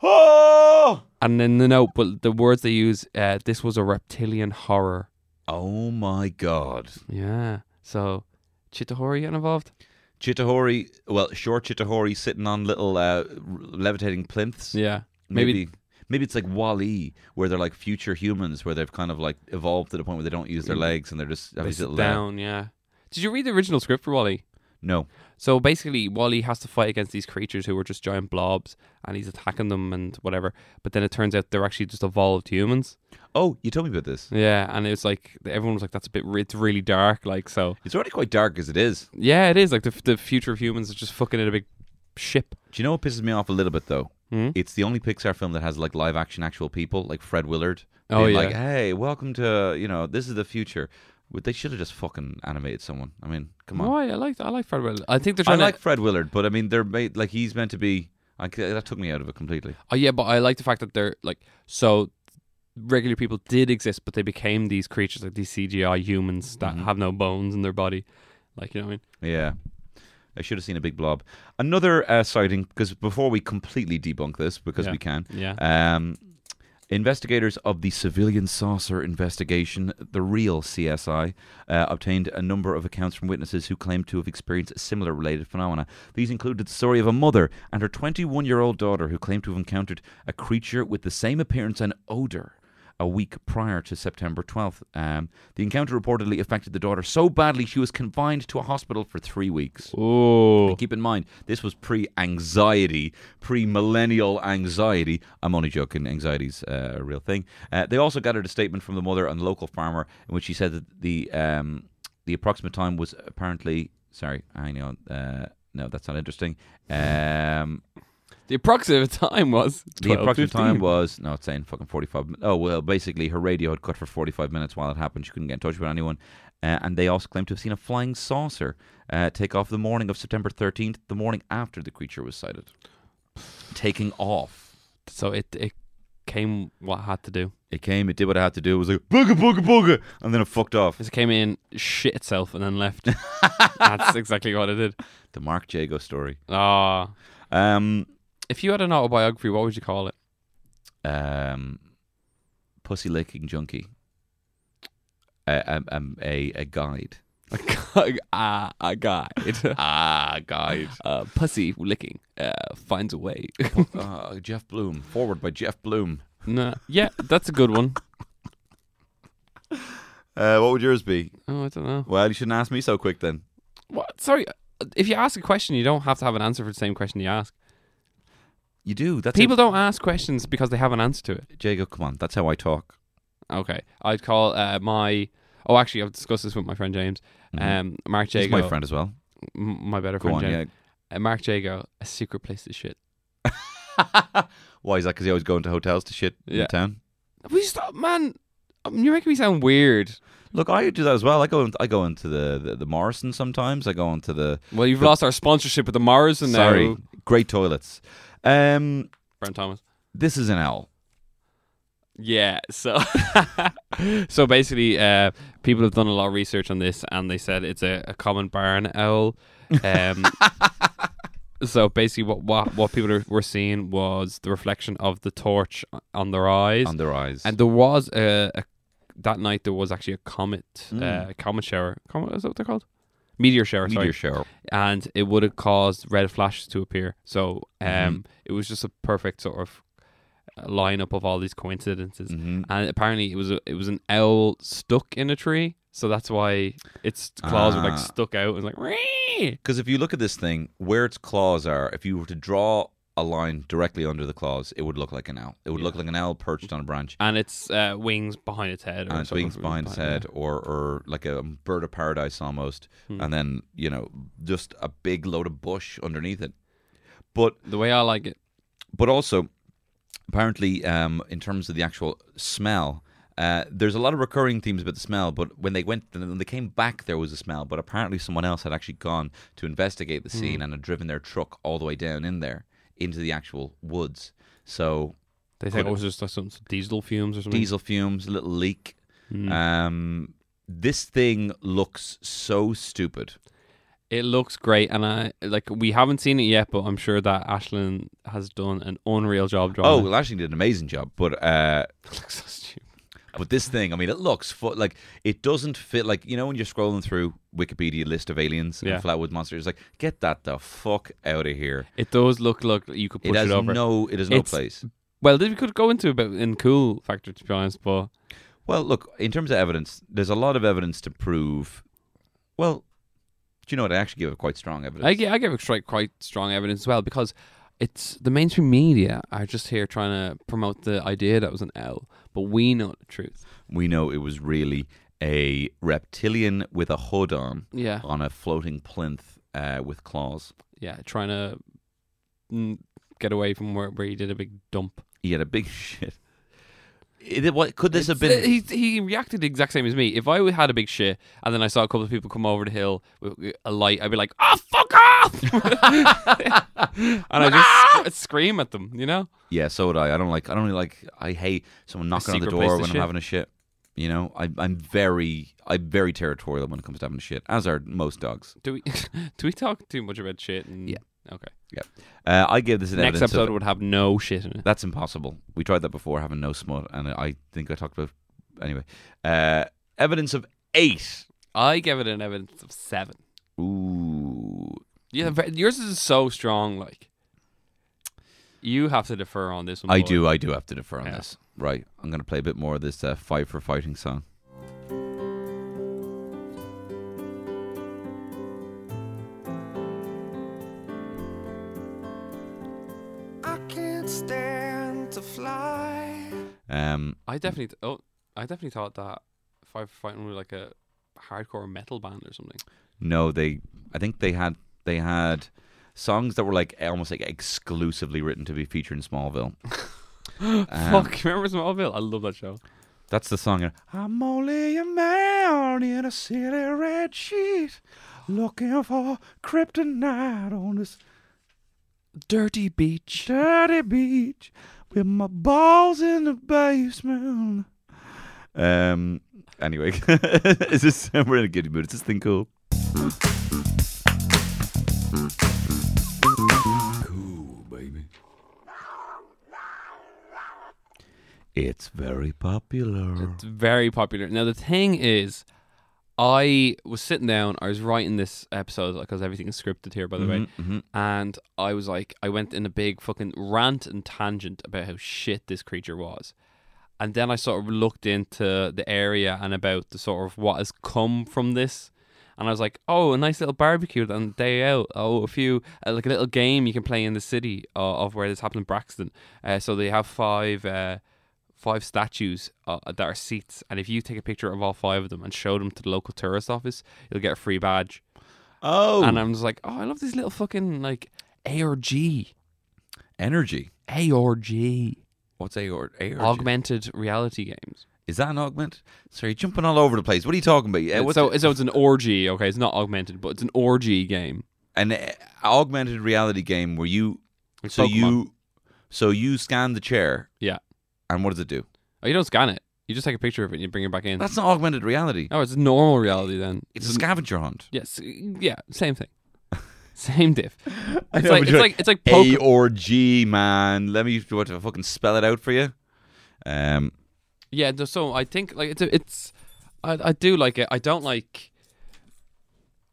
S2: oh!
S3: And then the note, but the words they use, uh, this was a reptilian horror.
S2: oh my god.
S3: Yeah. So, Chitahori getting involved?
S2: Chitahori, well, short Chitahori sitting on little uh, r- levitating plinths.
S3: Yeah.
S2: Maybe maybe it's like Wall-E, where they're like future humans, where they've kind of like evolved to the point where they don't use their legs and they're just
S3: Mm.
S2: have
S3: They
S2: these
S3: sit
S2: little. uh,
S3: down, yeah. Did you read the original script for Wally?
S2: No.
S3: So basically, Wally has to fight against these creatures who are just giant blobs, and he's attacking them and whatever. But then it turns out they're actually just evolved humans.
S2: Oh, you told me about this.
S3: Yeah, and it's like everyone was like, "That's a bit. It's really dark." Like so.
S2: It's already quite dark as it is.
S3: Yeah, it is like the the future of humans is just fucking in a big ship.
S2: Do you know what pisses me off a little bit though?
S3: Hmm?
S2: It's the only Pixar film that has like live action actual people, like Fred Willard.
S3: Oh,
S2: being
S3: yeah.
S2: Like, hey, welcome to you know this is the future. But They should have just fucking animated someone. I mean, come on.
S3: Why? Oh, I like I like Fred Willard. I think they're
S2: I
S3: trying
S2: like
S3: to.
S2: Fred Willard, but I mean, they're made like he's meant to be. I, that took me out of it completely.
S3: Oh yeah, but I like the fact that they're like so. Regular people did exist, but they became these creatures, like these CGI humans that have no bones in their body. Like you know what I mean?
S2: Yeah. I should have seen a big blob. Another uh, sighting, because before we completely debunk this, because
S3: Yeah.
S2: we can,
S3: Yeah.
S2: um, investigators of the civilian saucer investigation, the real CSI, uh, obtained a number of accounts from witnesses who claimed to have experienced similar related phenomena. These included the story of a mother and her 21 year old daughter who claimed to have encountered a creature with the same appearance and odor a week prior to September 12th. Um, the encounter reportedly affected the daughter so badly she was confined to a hospital for three weeks.
S3: Oh,
S2: And keep in mind, this was pre anxiety, pre millennial anxiety. I'm only joking, anxiety's uh, a real thing. Uh, they also gathered a statement from the mother and local farmer in which she said that the, um, the approximate time was apparently. Sorry, hang on. Uh, no, that's not interesting. Um,
S3: the approximate time was
S2: the
S3: 12,
S2: approximate
S3: 15.
S2: time was no, it's saying fucking forty-five. min- Oh well, basically her radio had cut for forty-five minutes while it happened. She couldn't get in touch with anyone, uh, and they also claimed to have seen a flying saucer uh, take off the morning of September thirteenth, the morning after the creature was sighted, taking off.
S3: So it it came what I had to do.
S2: It came, it did what it had to do. It was like booga booga booga, and then it fucked off.
S3: It came in, shit itself, and then left. That's exactly what it did.
S2: The Mark Jago story.
S3: Ah,
S2: Um,
S3: if you had an autobiography, what would you call it?
S2: um, pussy licking junkie. Uh, um, um, a a guide.
S3: Ah, a guy.
S2: Ah, guide.
S3: Uh, pussy licking uh, finds a way.
S2: Uh, Jeff Bloom, forward by Jeff Bloom.
S3: no, yeah, that's a good one.
S2: Uh, what would yours be?
S3: Oh, I don't know.
S2: Well, you shouldn't ask me so quick then.
S3: What? Sorry, if you ask a question, you don't have to have an answer for the same question you ask.
S2: You do. That's
S3: People don't ask questions because they have an answer to it.
S2: How, Jago, come on. That's how I talk.
S3: Okay, I'd call uh, my. Oh, actually, I've discussed this with my friend James. Um, Mark Jago,
S2: He's my friend as well.
S3: m- my better
S2: Go
S3: friend
S2: on.
S3: James.
S2: Yeah.
S3: uh, Mark Jago, a secret place to shit.
S2: Why is that? Because he always go into hotels to shit
S3: Yeah.
S2: in town.
S3: We stop, man. um, You're making me sound weird.
S2: Look, I do that as well. I go. In, I go into the, the the Morrison sometimes. I go into the
S3: Well, you've lost our sponsorship with the Morrison
S2: sorry
S3: now,
S2: great toilets. Um,
S3: Brent Thomas.
S2: this is an owl.
S3: Yeah, so so basically, uh, people have done a lot of research on this, and they said it's a, a common barn owl. Um, so basically, what what what people are, were seeing was the reflection of the torch on their eyes,
S2: on their eyes.
S3: And there was a, a that night there was actually a comet,
S2: Mm.
S3: uh, comet shower. Comet is that what they're called? Meteor shower. sorry.
S2: meteor shower.
S3: And it would have caused red flashes to appear. So um, it was just a perfect sort of uh, lineup of all these coincidences. And apparently it was a, it was an owl stuck in a tree. So that's why its claws were
S2: Ah.
S3: like stuck out and like. "Wee!"
S2: Because if you look at this thing, where its claws are, if you were to draw a line directly under the claws, it would look like an owl. It would look like an owl perched on a branch.
S3: And its uh, wings behind its head. Or
S2: and its
S3: something.
S2: wings behind its head, or or like a bird of paradise almost, and then you know just a big load of bush underneath it. But
S3: The way I like it.
S2: but also apparently um, in terms of the actual smell. Uh, there's a lot of recurring themes about the smell, but when they went, when they came back, there was a smell. But apparently, someone else had actually gone to investigate the scene and had driven their truck all the way down in there into the actual woods. So
S3: They think it was just like some diesel fumes or something.
S2: diesel fumes, a little leak.
S3: Hmm.
S2: Um, this thing looks so stupid.
S3: It looks great, and I like we haven't seen it yet, but I'm sure that Ashlyn has done an unreal job drawing.
S2: Oh,
S3: it.
S2: well, Ashley did an amazing job, but uh,
S3: It looks so stupid.
S2: but this thing, I mean, it looks fu- like it doesn't fit. Like you know, when you're scrolling through Wikipedia list of aliens
S3: Yeah.
S2: and flatwood monsters, like get that the fuck out of here.
S3: It does look like you could push
S2: It
S3: it,
S2: has
S3: over.
S2: no, it has no
S3: It's-
S2: place.
S3: well, we could go into about in cool factor to be honest, but
S2: Well, look, in terms of evidence, there's a lot of evidence to prove. Well, you know what? I actually give it quite strong evidence.
S3: I, gi- I give it straight quite strong evidence as well because it's the mainstream media are just here trying to promote the idea that it was an L, but we know the truth.
S2: we know it was really a reptilian with a hood on
S3: Yeah,
S2: on a floating plinth uh, with claws.
S3: yeah, trying to mm, get away from where, where he did a big dump.
S2: He had a big shit. It- what could this have
S3: It's- uh,
S2: been?
S3: He, he reacted the exact same as me. If I had a big shit and then I saw a couple of people come over the hill with a light, I'd be like, "Oh, fuck off!" and I
S2: Ah!
S3: just sc- scream at them, you know.
S2: Yeah, so would I. I don't like. I don't really like. I hate someone knocking on the
S3: secret place
S2: door
S3: to
S2: when I'm
S3: shit.
S2: having a shit. You know, I, I'm very, I'm very territorial when it comes to having a shit, as are most dogs.
S3: Do we do we talk too much about shit? And,
S2: Yeah.
S3: Okay.
S2: Yeah. Uh, I give this an
S3: Next
S2: evidence of-
S3: episode would have no shit in it.
S2: That's impossible. We tried that before, having no smut, and I think I talked about anyway. Uh, evidence of eight.
S3: I give it an evidence of seven.
S2: Ooh,
S3: Yeah,
S2: Hmm.
S3: ve- yours is so strong. Like you have to defer on this one.
S2: I
S3: boy.
S2: do, I do have to defer on
S3: Yeah.
S2: this. Right, I'm going to play a bit more of this uh, "Fight for Fighting" song.
S6: I can't stand to fly.
S2: Um,
S3: I definitely. th- oh, I definitely thought that Five for Fighting were like a hardcore metal band or something.
S2: no, they, I think they had, they had songs that were like almost like exclusively written to be featured in Smallville. Um,
S3: Fuck, remember Smallville? I love that show.
S2: That's the song. I'm only a man in a silly red sheet, looking for kryptonite on this dirty beach. Dirty beach with my balls in the basement. Um. Anyway, is this we're in a good mood? Is this thing cool? It's very popular.
S3: It's very popular. Now the thing is, I was sitting down. I was writing this episode because everything is scripted here, by the way. And I was like, I went in a big fucking rant and tangent about how shit this creature was. And then I sort of looked into the area and about the sort of what has come from this. And I was like, oh, a nice little barbecue on the day out. Oh, a few, uh, like a little game you can play in the city uh, of where this happened in Braxton. Uh, so they have five uh, five statues uh, that are seats. And if you take a picture of all five of them and show them to the local tourist office, you'll get a free badge.
S2: Oh,
S3: And I'm just like, oh, I love these little fucking like ARG.
S2: energy.
S3: ARG.
S2: What's a or a or
S3: Augmented reality games.
S2: Is that an augment? Sorry, you're jumping all over the place. What are you talking about? Uh, what's
S3: so, so it's an orgy. Okay, it's not augmented, but it's an orgy game.
S2: an uh, augmented reality game where you
S3: Like
S2: so
S3: Pokemon.
S2: you so you scan the chair
S3: Yeah.
S2: and what does it do
S3: Oh, you don't scan it. You just take a picture of it and you bring it back in.
S2: that's not augmented reality
S3: no, it's normal reality then.
S2: it's a scavenger hunt
S3: Yes. Yeah. Same thing. Same diff.
S2: I
S3: It's like
S2: know, but
S3: it's
S2: you're
S3: like it's like
S2: a
S3: Pokemon.
S2: or G man let me what, fucking spell it out for you um
S3: Yeah. no, So I think like it's a, it's I I do like it. I don't like.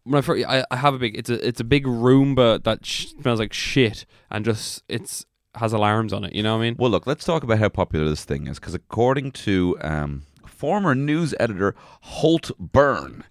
S3: When I, first, I I have a big it's a it's a big Roomba that sh- smells like shit and just it's has alarms on it. You know what I mean?
S2: well look let's talk about how popular this thing is because according to um former news editor Holt Byrne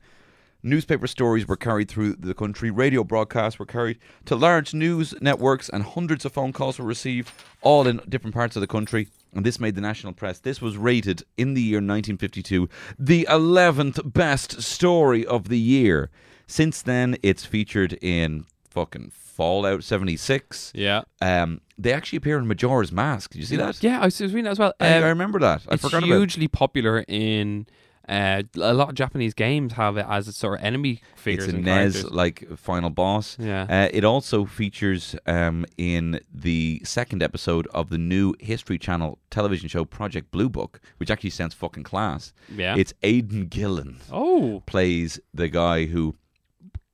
S2: Newspaper stories were carried through the country. Radio broadcasts were carried to large news networks, and hundreds of phone calls were received, all in different parts of the country. And this made the national press. This was rated in the year 1952 the 11th best story of the year. Since then, it's featured in fucking Fallout 76.
S3: Yeah.
S2: Um, they actually appear in Majora's Mask. Did you see that?
S3: Yeah, I was I was reading that as well.
S2: I,
S3: Um,
S2: I remember that. I
S3: it's
S2: forgot about. it.
S3: hugely popular in uh, a lot of Japanese games have it as its sort of enemy figures
S2: it's a
S3: and
S2: NES
S3: characters.
S2: like final boss.
S3: Yeah.
S2: Uh, it also features um, in the second episode of the new History Channel television show Project Blue Book, which actually sounds fucking class.
S3: Yeah.
S2: It's Aidan Gillen
S3: oh,
S2: plays the guy who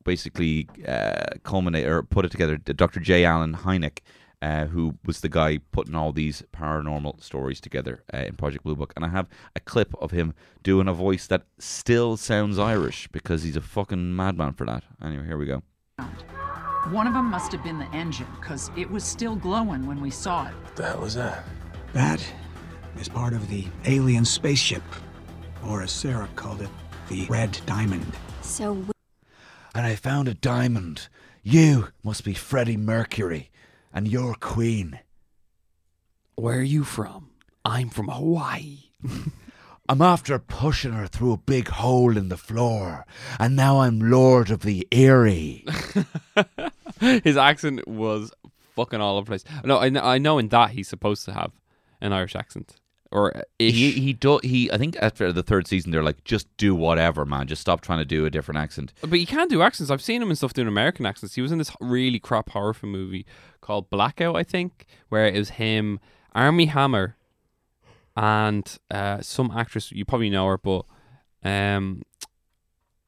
S2: basically uh, culminate or put it together. Dr. J. Allen Hynek. Uh, who was the guy putting all these paranormal stories together uh, in Project Blue Book? And I have a clip of him doing a voice that still sounds Irish because he's a fucking madman for that. Anyway, here we go.
S7: One of them must have been the engine, because it was still glowing when we saw it.
S8: That is part of the alien spaceship, or as Sarah called it, the Red Diamond.
S9: So
S1: and I found a diamond. You must be Freddie Mercury, and you're Queen.
S3: Where are you from? I'm from Hawaii.
S1: I'm after pushing her through a big hole in the floor, and now I'm Lord of the Erie.
S3: His accent was fucking all over the place. No, I, kn- I know in that he's supposed to have an Irish accent or uh, ish.
S2: He he do, he. I think after the third season, they're like, just do whatever, man. Just stop trying to do a different accent.
S3: but he can do accents. I've seen him and stuff doing American accents. He was in this really crap horror film movie called Blackout, I think, where it was him, Army Hammer, and uh, some actress you probably know her, but um,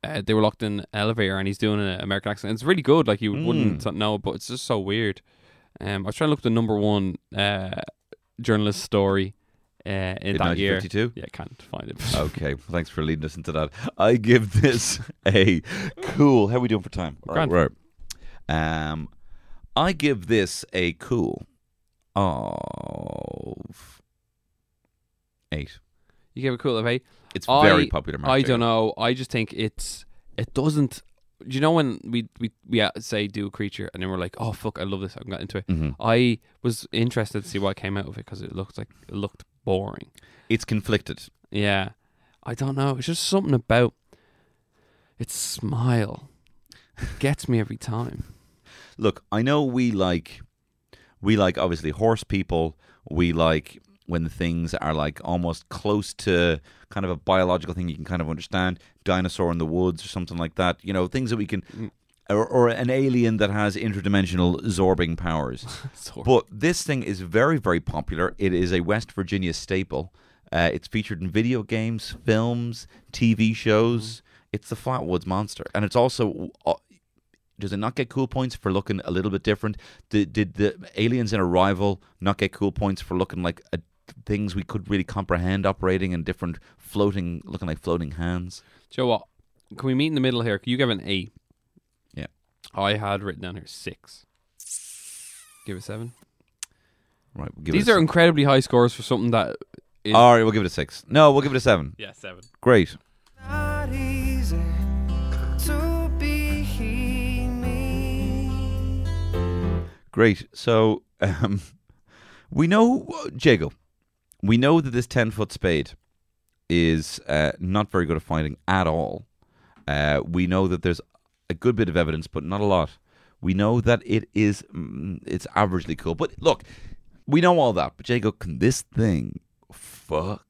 S3: uh, they were locked in an elevator, and he's doing an American accent. It's really good. Like you wouldn't know, but it's just so weird. Um, I was trying to look at the number one uh, journalist story uh, in
S2: In Oh.
S3: that year.
S2: 1952?
S3: Yeah, can't find it.
S2: Okay, thanks for leading us into that. I give this a cool. How are we doing for time? All right,
S3: Grand.
S2: right. Um, I give this a cool of eight.
S3: You gave a cool of eight.
S2: It's
S3: I-
S2: very popular. Mark
S3: I
S2: Jacob.
S3: don't know. I just think it's it doesn't. Do you know when we we we uh, say do a creature and then we're like, oh fuck, I love this. I'm got into it.
S2: Mm-hmm.
S3: I was interested to see what came out of it because it looked like it looked boring.
S2: It's conflicted.
S3: Yeah, I don't know. It's just something about its smile. It gets me every time.
S2: look, I know we like we like obviously horse people. We like when things are like almost close to kind of a biological thing you can kind of understand, dinosaur in the woods or something like that. You know, things that we can or, or an alien that has interdimensional zorbing powers.
S3: Sorry.
S2: But this thing is very, very popular. It is a West Virginia staple. Uh, it's featured in video games, films, TV shows.
S3: Mm-hmm.
S2: It's the Flatwoods Monster, and it's also. Uh, does it not get cool points for looking a little bit different? Did, did the aliens in Arrival not get cool points for looking like a, things we could really comprehend operating in different floating, looking like floating hands?
S3: Do you know what? Can we meet in the middle here? You gave an eight.
S2: Yeah.
S3: I had written down here six. Give it seven.
S2: Right. We'll give
S3: These
S2: it a
S3: are
S2: six.
S3: incredibly high scores for something that is
S2: All right, we'll give it a six. No, we'll give it a seven.
S3: yeah seven.
S2: Great.
S6: Not easy to be me.
S2: Great. So um, we know, Jago, we know that this 10 foot spade is uh, not very good at finding at all. Uh, we know that there's a good bit of evidence, but not a lot. We know that it is, mm, it's averagely cool. But look, we know all that. But Jago, can this thing fuck?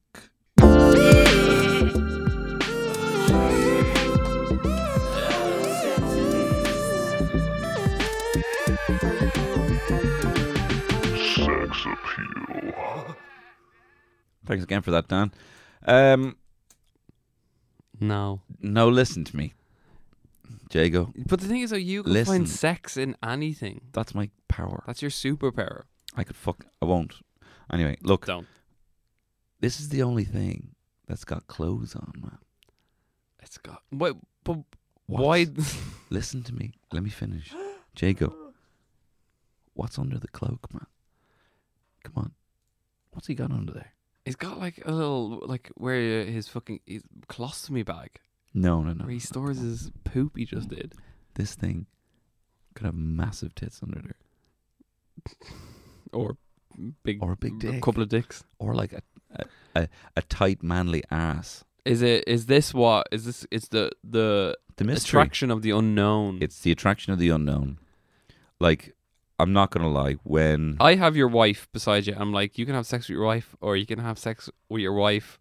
S2: Thanks again for that, Dan. Um,
S3: No.
S2: no, listen to me. Jago,
S3: But the thing is, though, you can
S2: Listen.
S3: find sex in anything.
S2: that's my power.
S3: That's your superpower.
S2: I could fuck. I won't. Anyway, look.
S3: Don't.
S2: This is the only thing that's got clothes on, man.
S3: It's got. Wait, but
S2: What?
S3: why?
S2: Listen to me. Let me finish. Jago, what's under the cloak, man? Come on. What's he got under there?
S3: He's got like a little, like where his fucking his colostomy bag,
S2: No, no, no.
S3: where he
S2: no,
S3: stores
S2: come on.
S3: his poop he just did.
S2: This thing could have massive tits under there,
S3: Or big.
S2: Or a big
S3: A
S2: dick.
S3: couple of dicks.
S2: or like a a, a, a tight, manly ass.
S3: Is it? Is this what? Is this? It's the the
S2: The mystery.
S3: attraction of the unknown.
S2: It's the attraction of the unknown. Like, I'm not gonna lie. When
S3: I have your wife beside you. I'm like, you can have sex with your wife, or you can have sex with your wife,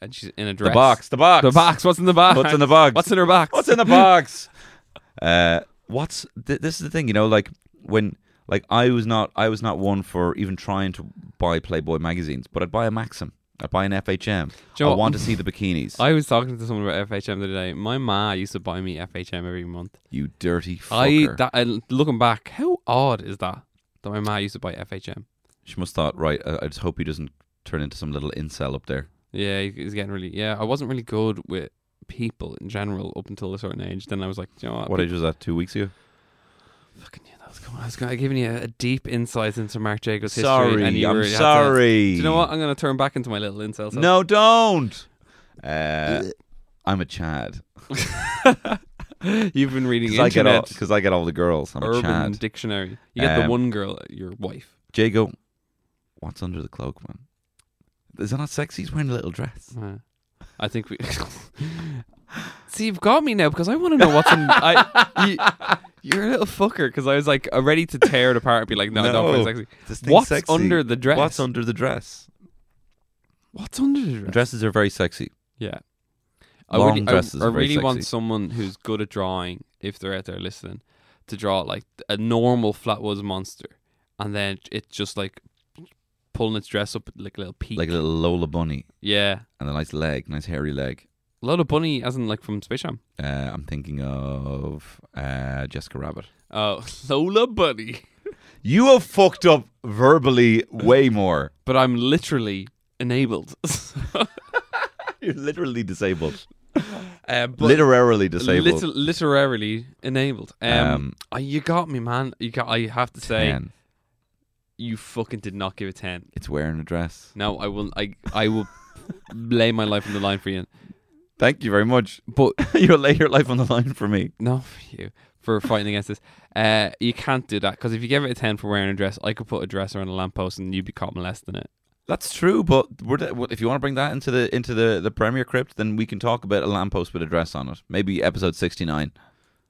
S3: and she's in a dress.
S2: the box, the box,
S3: The box. What's in the box?
S2: What's in the box?
S3: What's in her box?
S2: What's in the box? uh, what's th- this is the thing, you know, like when like I was not I was not one for even trying to buy Playboy magazines, but I'd buy a Maxim, I'd buy an FHM.
S3: Joe,
S2: I want to see the bikinis.
S3: I was talking to someone about FHM the other day. My ma used to buy me FHM every month.
S2: you dirty fucker.
S3: I that and looking back, how odd is that that my ma used to buy FHM?
S2: she must thought right. I, I just hope he doesn't turn into some little incel up there.
S3: Yeah, he- he's getting really. Yeah, I wasn't really good with people in general up until a certain age. Then I was like, you know what?
S2: What age was that? Two weeks ago.
S3: Fucking knew that was coming. I was going. I giving you a, a deep insight into Mark Jacobs' history. and
S2: sorry,
S3: you were-
S2: I'm
S3: you had to-
S2: sorry.
S3: Do you know what? I'm going to turn back into my little incel. self.
S2: No, don't. Uh, I'm a Chad.
S3: You've been reading
S2: Because I, get all-
S3: internet
S2: 'cause I get all the girls. I'm a
S3: urban
S2: Chad.
S3: dictionary. You get the
S2: Um,
S3: one girl, your wife.
S2: Jago, what's under the cloak, man? Is that not sexy? He's wearing a little dress.
S3: Uh, I think we. See, you've got me now because I want to know what's in. I, you, are a little fucker because I was like uh, ready to tear it apart and be like, no, no, it's sexy.
S2: This thing's
S3: What's
S2: sexy.
S3: under the dress?
S2: What's under the dress?
S3: What's under the dress?
S2: Dresses are very sexy.
S3: Yeah.
S2: Long
S3: I really, I-
S2: dresses
S3: I,
S2: are very
S3: really want
S2: sexy.
S3: someone who's good at drawing, if they're out there listening, to draw like a normal Flatwoods monster, and then it's just like pulling its dress up like a little peak.
S2: Like a little Lola bunny
S3: yeah,
S2: and a nice leg, nice hairy leg.
S3: a lot of bunny, as in like from Space Jam.
S2: Uh, I'm thinking of uh, Jessica Rabbit.
S3: Oh, Lola Bunny.
S2: You have fucked up verbally way more.
S3: But I'm literally enabled.
S2: You're literally disabled.
S3: uh, but
S2: Literarily disabled.
S3: Liter- literarily enabled. Um,
S2: Um,
S3: I- you got me, man. You got. I have to say,
S2: Ten.
S3: you fucking did not give a ten.
S2: It's wearing a dress.
S3: No, I will. I I will lay my life on the line for you.
S2: Thank you very much.
S3: But
S2: You'll lay your life on the line for me.
S3: no, for you for fighting against this. Uh, you can't do that because if you give it a ten for wearing a dress, I could put a dress around a lamppost and you'd be caught molesting it.
S2: That's true, but we're the- well, if you want to bring that into the into the the premier crypt, then we can talk about a lamppost with a dress on it. Maybe episode sixty nine.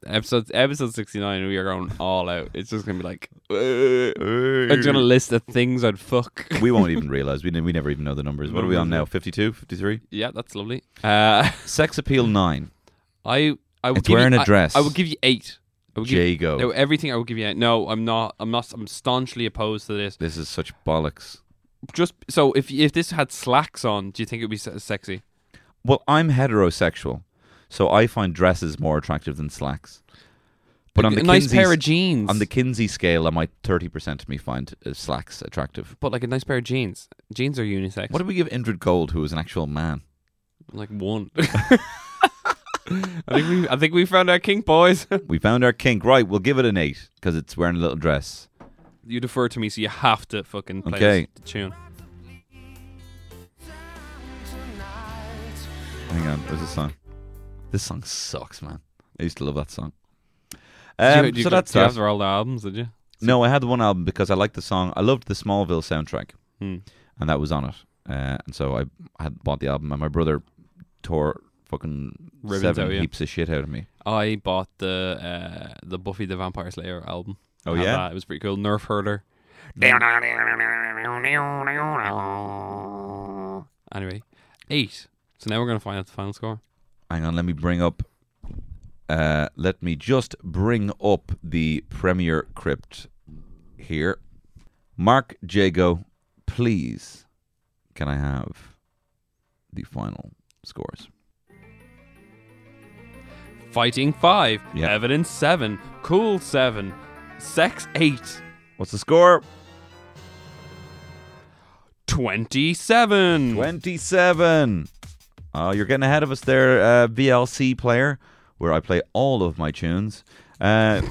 S3: Episode episode sixty nine, we are going all out. It's just gonna be like I'm
S2: It's
S3: just gonna list the things I'd fuck.
S2: We won't even realize. We, ne- we never even know the numbers. What are we on now? 52, 53?
S3: yeah, that's lovely. Uh,
S2: Sex appeal nine.
S3: I I would
S2: It's
S3: give
S2: wearing
S3: you,
S2: a dress.
S3: I, I would give you eight. I would give-
S2: Jago.
S3: no, everything I would give you. Eight. No, I'm not. I'm not. I'm staunchly opposed to this.
S2: This is such bollocks.
S3: Just so if if this had slacks on, do you think it would be se- sexy?
S2: Well, I'm heterosexual, so I find dresses more attractive than slacks. But
S3: A-
S2: on the
S3: a nice
S2: Kinsey
S3: pair
S2: s-
S3: of jeans.
S2: on the Kinsey scale, I might thirty percent of me find uh, slacks attractive.
S3: But like a nice pair of jeans. Jeans are unisex.
S2: What did we give Indrid Gold, who was an actual man?
S3: like one. I think we I think we found our kink, boys.
S2: We found our kink. Right, we'll give it an eight because it's wearing a little dress.
S3: you defer to me, so you have to fucking play
S2: Okay.
S3: this- the tune.
S2: Hang on, there's a song. This song sucks, man. I used to love that song.
S3: Did
S2: Um,
S3: you, did you
S2: so
S3: go-
S2: that's
S3: did you
S2: that.
S3: have their all the albums, did you?
S2: No, I had the one album because I liked the song. I loved the Smallville soundtrack,
S3: Hmm.
S2: and that was on it. Uh, and so I had bought the album, and my brother tore fucking
S3: Ribbons
S2: seven
S3: out, yeah.
S2: heaps of shit out of me.
S3: I bought the uh, the Buffy the Vampire Slayer album.
S2: Oh,
S3: Had
S2: yeah?
S3: that. it was pretty cool. Nerf herder. Anyway, eight. So now we're gonna find out the final score.
S2: Hang on, let me bring up. Uh, let me just bring up the Premier Crypt here. Mark Jago, please, can I have the final scores?
S3: Fighting five,
S2: Yeah.
S3: evidence seven, cool seven, sex eight,
S2: What's the score?
S3: 27.
S2: 27. Oh, you're getting ahead of us there, uh, VLC player, where I play all of my tunes. Uh,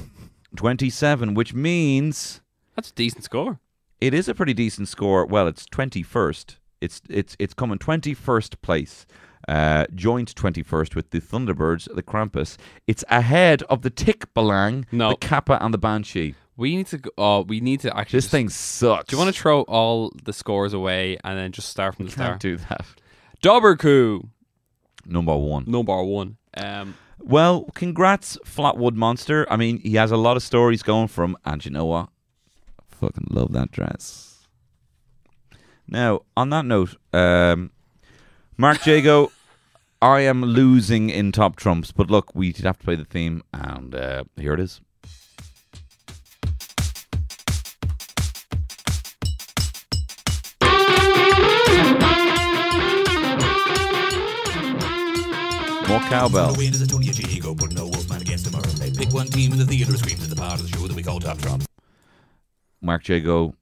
S2: 27, which means
S3: That's a decent score.
S2: it is a pretty decent score. Well, it's 21st. It's it's it's coming 21st place. Uh, joint 21st with the Thunderbirds, the Krampus. It's ahead of the Tick Balang,
S3: No.
S2: the Kappa, and the Banshee.
S3: We need to go. Oh, we need to actually.
S2: This
S3: just-
S2: thing sucks.
S3: Do you want to throw all the scores away and then just start from the start?
S2: Can't do that.
S3: Dobberku,
S2: Number one.
S3: number one. Um,
S2: Well, congrats, Flatwood Monster. I mean, he has a lot of stories going from, and you know what? Fucking love that dress. Now, on that note, um, Mark Jago, I am losing in top trumps, but look, we did have to play the theme, and uh, here it is. More cowbell.
S9: Wind is a Tony Diego, putting no wolf man against the They Pick one team in the theater, screams at the part of the show that we call Top Trump.
S2: Mark Jago,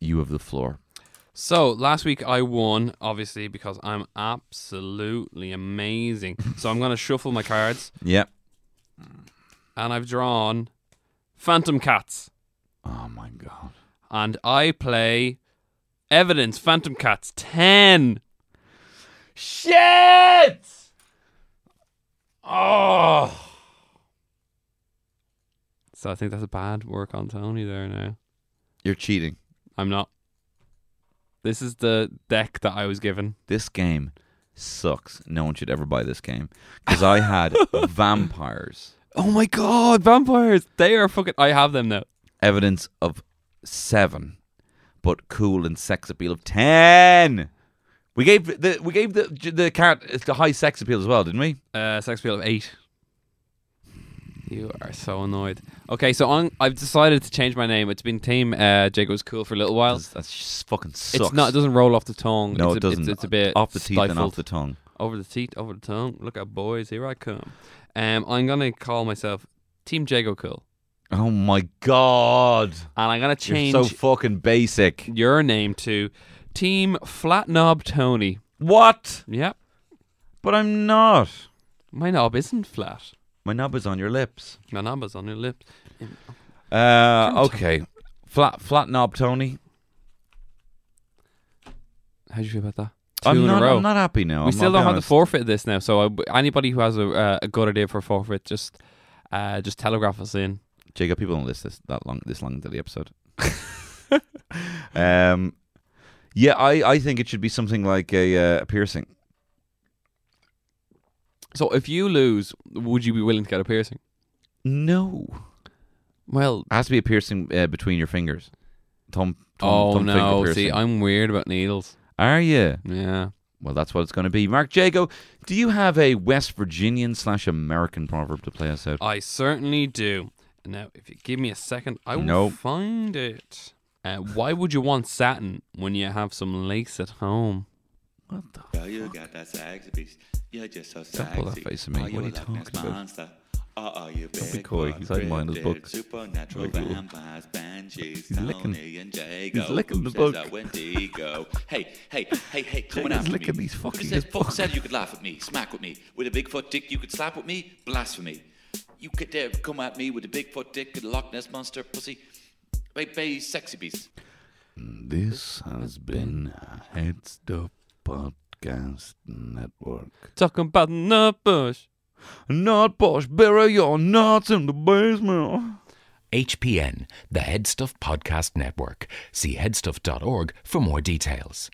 S2: you have the floor.
S3: so last week I won, obviously, because I'm absolutely amazing. so I'm going to shuffle my cards
S2: Yep.
S3: and I've drawn Phantom Cats.
S2: Oh my god.
S3: And I play Evidence Phantom Cats 10.
S2: Shit! Oh.
S3: So I think that's a bad work on Tony there now.
S2: You're cheating.
S3: I'm not. This is the deck that I was given.
S2: This game sucks. No one should ever buy this game because I had vampires,
S3: Oh my god, vampires! They are fucking. I have them now.
S2: evidence of seven, but cool and sex appeal of ten. We gave the we gave the the cat the high sex appeal as well, didn't we?
S3: Uh, sex appeal of eight. You are so annoyed. Okay, so on, I've decided to change my name. It's been Team uh, Jago's Cool for a little while.
S2: That's, that's just fucking sucks.
S3: It's not. It doesn't roll off the tongue.
S2: no,
S3: it's a,
S2: it doesn't.
S3: It's, it's a bit
S2: off the teeth and off
S3: stifled.
S2: the tongue.
S3: over the teeth, over the tongue. Look out, boys, here I come. Um, I'm gonna call myself Team Jago Cool,
S2: Oh my god!
S3: and I'm gonna change
S2: You're so fucking basic.
S3: your name to Team Flat Knob Tony.
S2: What?
S3: Yep,
S2: But I'm not.
S3: my knob isn't flat.
S2: My knob is on your lips.
S3: My knob is on your lips.
S2: Uh, okay. Flat, flat knob, Tony.
S3: How do you feel about that? 2
S2: I'm
S3: in
S2: not,
S3: a row.
S2: I'm not happy now.
S3: we
S2: I'm-
S3: still
S2: Oh, I'll be
S3: don't have the
S2: honest.
S3: forfeit this now. So I, anybody who has a, uh, a good idea for a forfeit, just uh, just telegraph us in.
S2: Jacob, people don't list this that long. This long into the episode. um, yeah, I, I think it should be something like a, uh, a piercing.
S3: So if you lose, would you be willing to get a piercing?
S2: No,
S3: Well,
S2: it has to be a piercing uh, between your fingers. Thumb, thumb,
S3: oh
S2: thumb
S3: no.
S2: finger
S3: See,
S2: piercing.
S3: I'm weird about needles.
S2: Are you?
S3: Yeah.
S2: Well, that's what it's going to be. Mark Jago, do you have a West Virginian slash American proverb to play us out?
S3: I certainly do. Now, if you give me a second, I will
S2: Nope.
S3: find it. Uh, why would you want satin when you have some lace at home?
S2: What the
S4: Girl, Oh, you got that sexy bitch. You're just so
S2: Don't
S4: sexy.
S2: pull that face at me.
S4: Are
S2: What
S4: you
S2: are you
S4: a Loch
S2: talking
S4: Ness
S2: about?
S4: Monster? Or are you
S2: Don't be
S4: big
S2: coy. He's hiding behind his
S4: big-footed,
S2: book.
S4: Supernatural
S2: Very cool.
S4: vampires, banshees,
S2: He's licking-
S4: Tony and Jago.
S2: licking the
S4: Who says
S2: book.
S4: I went to go? hey, hey, hey, hey, come on
S2: Jago's
S4: out.
S2: licking
S4: me.
S2: these fucking-
S4: Who
S2: his
S4: says, fuck
S2: book.
S4: said you could laugh at me, smack with me, with a big foot dick you could slap with me, blasphemy. You could dare come at me with a big foot dick and Loch Ness Monster pussy. Hey, hey, sexy beast.
S1: This has been a Heads Up Podcast Network.
S3: Talking about nut bush.
S1: Not Bosch, bury your nuts in the basement.
S9: HPN, the Headstuff Podcast Network. See headstuff.org for more details.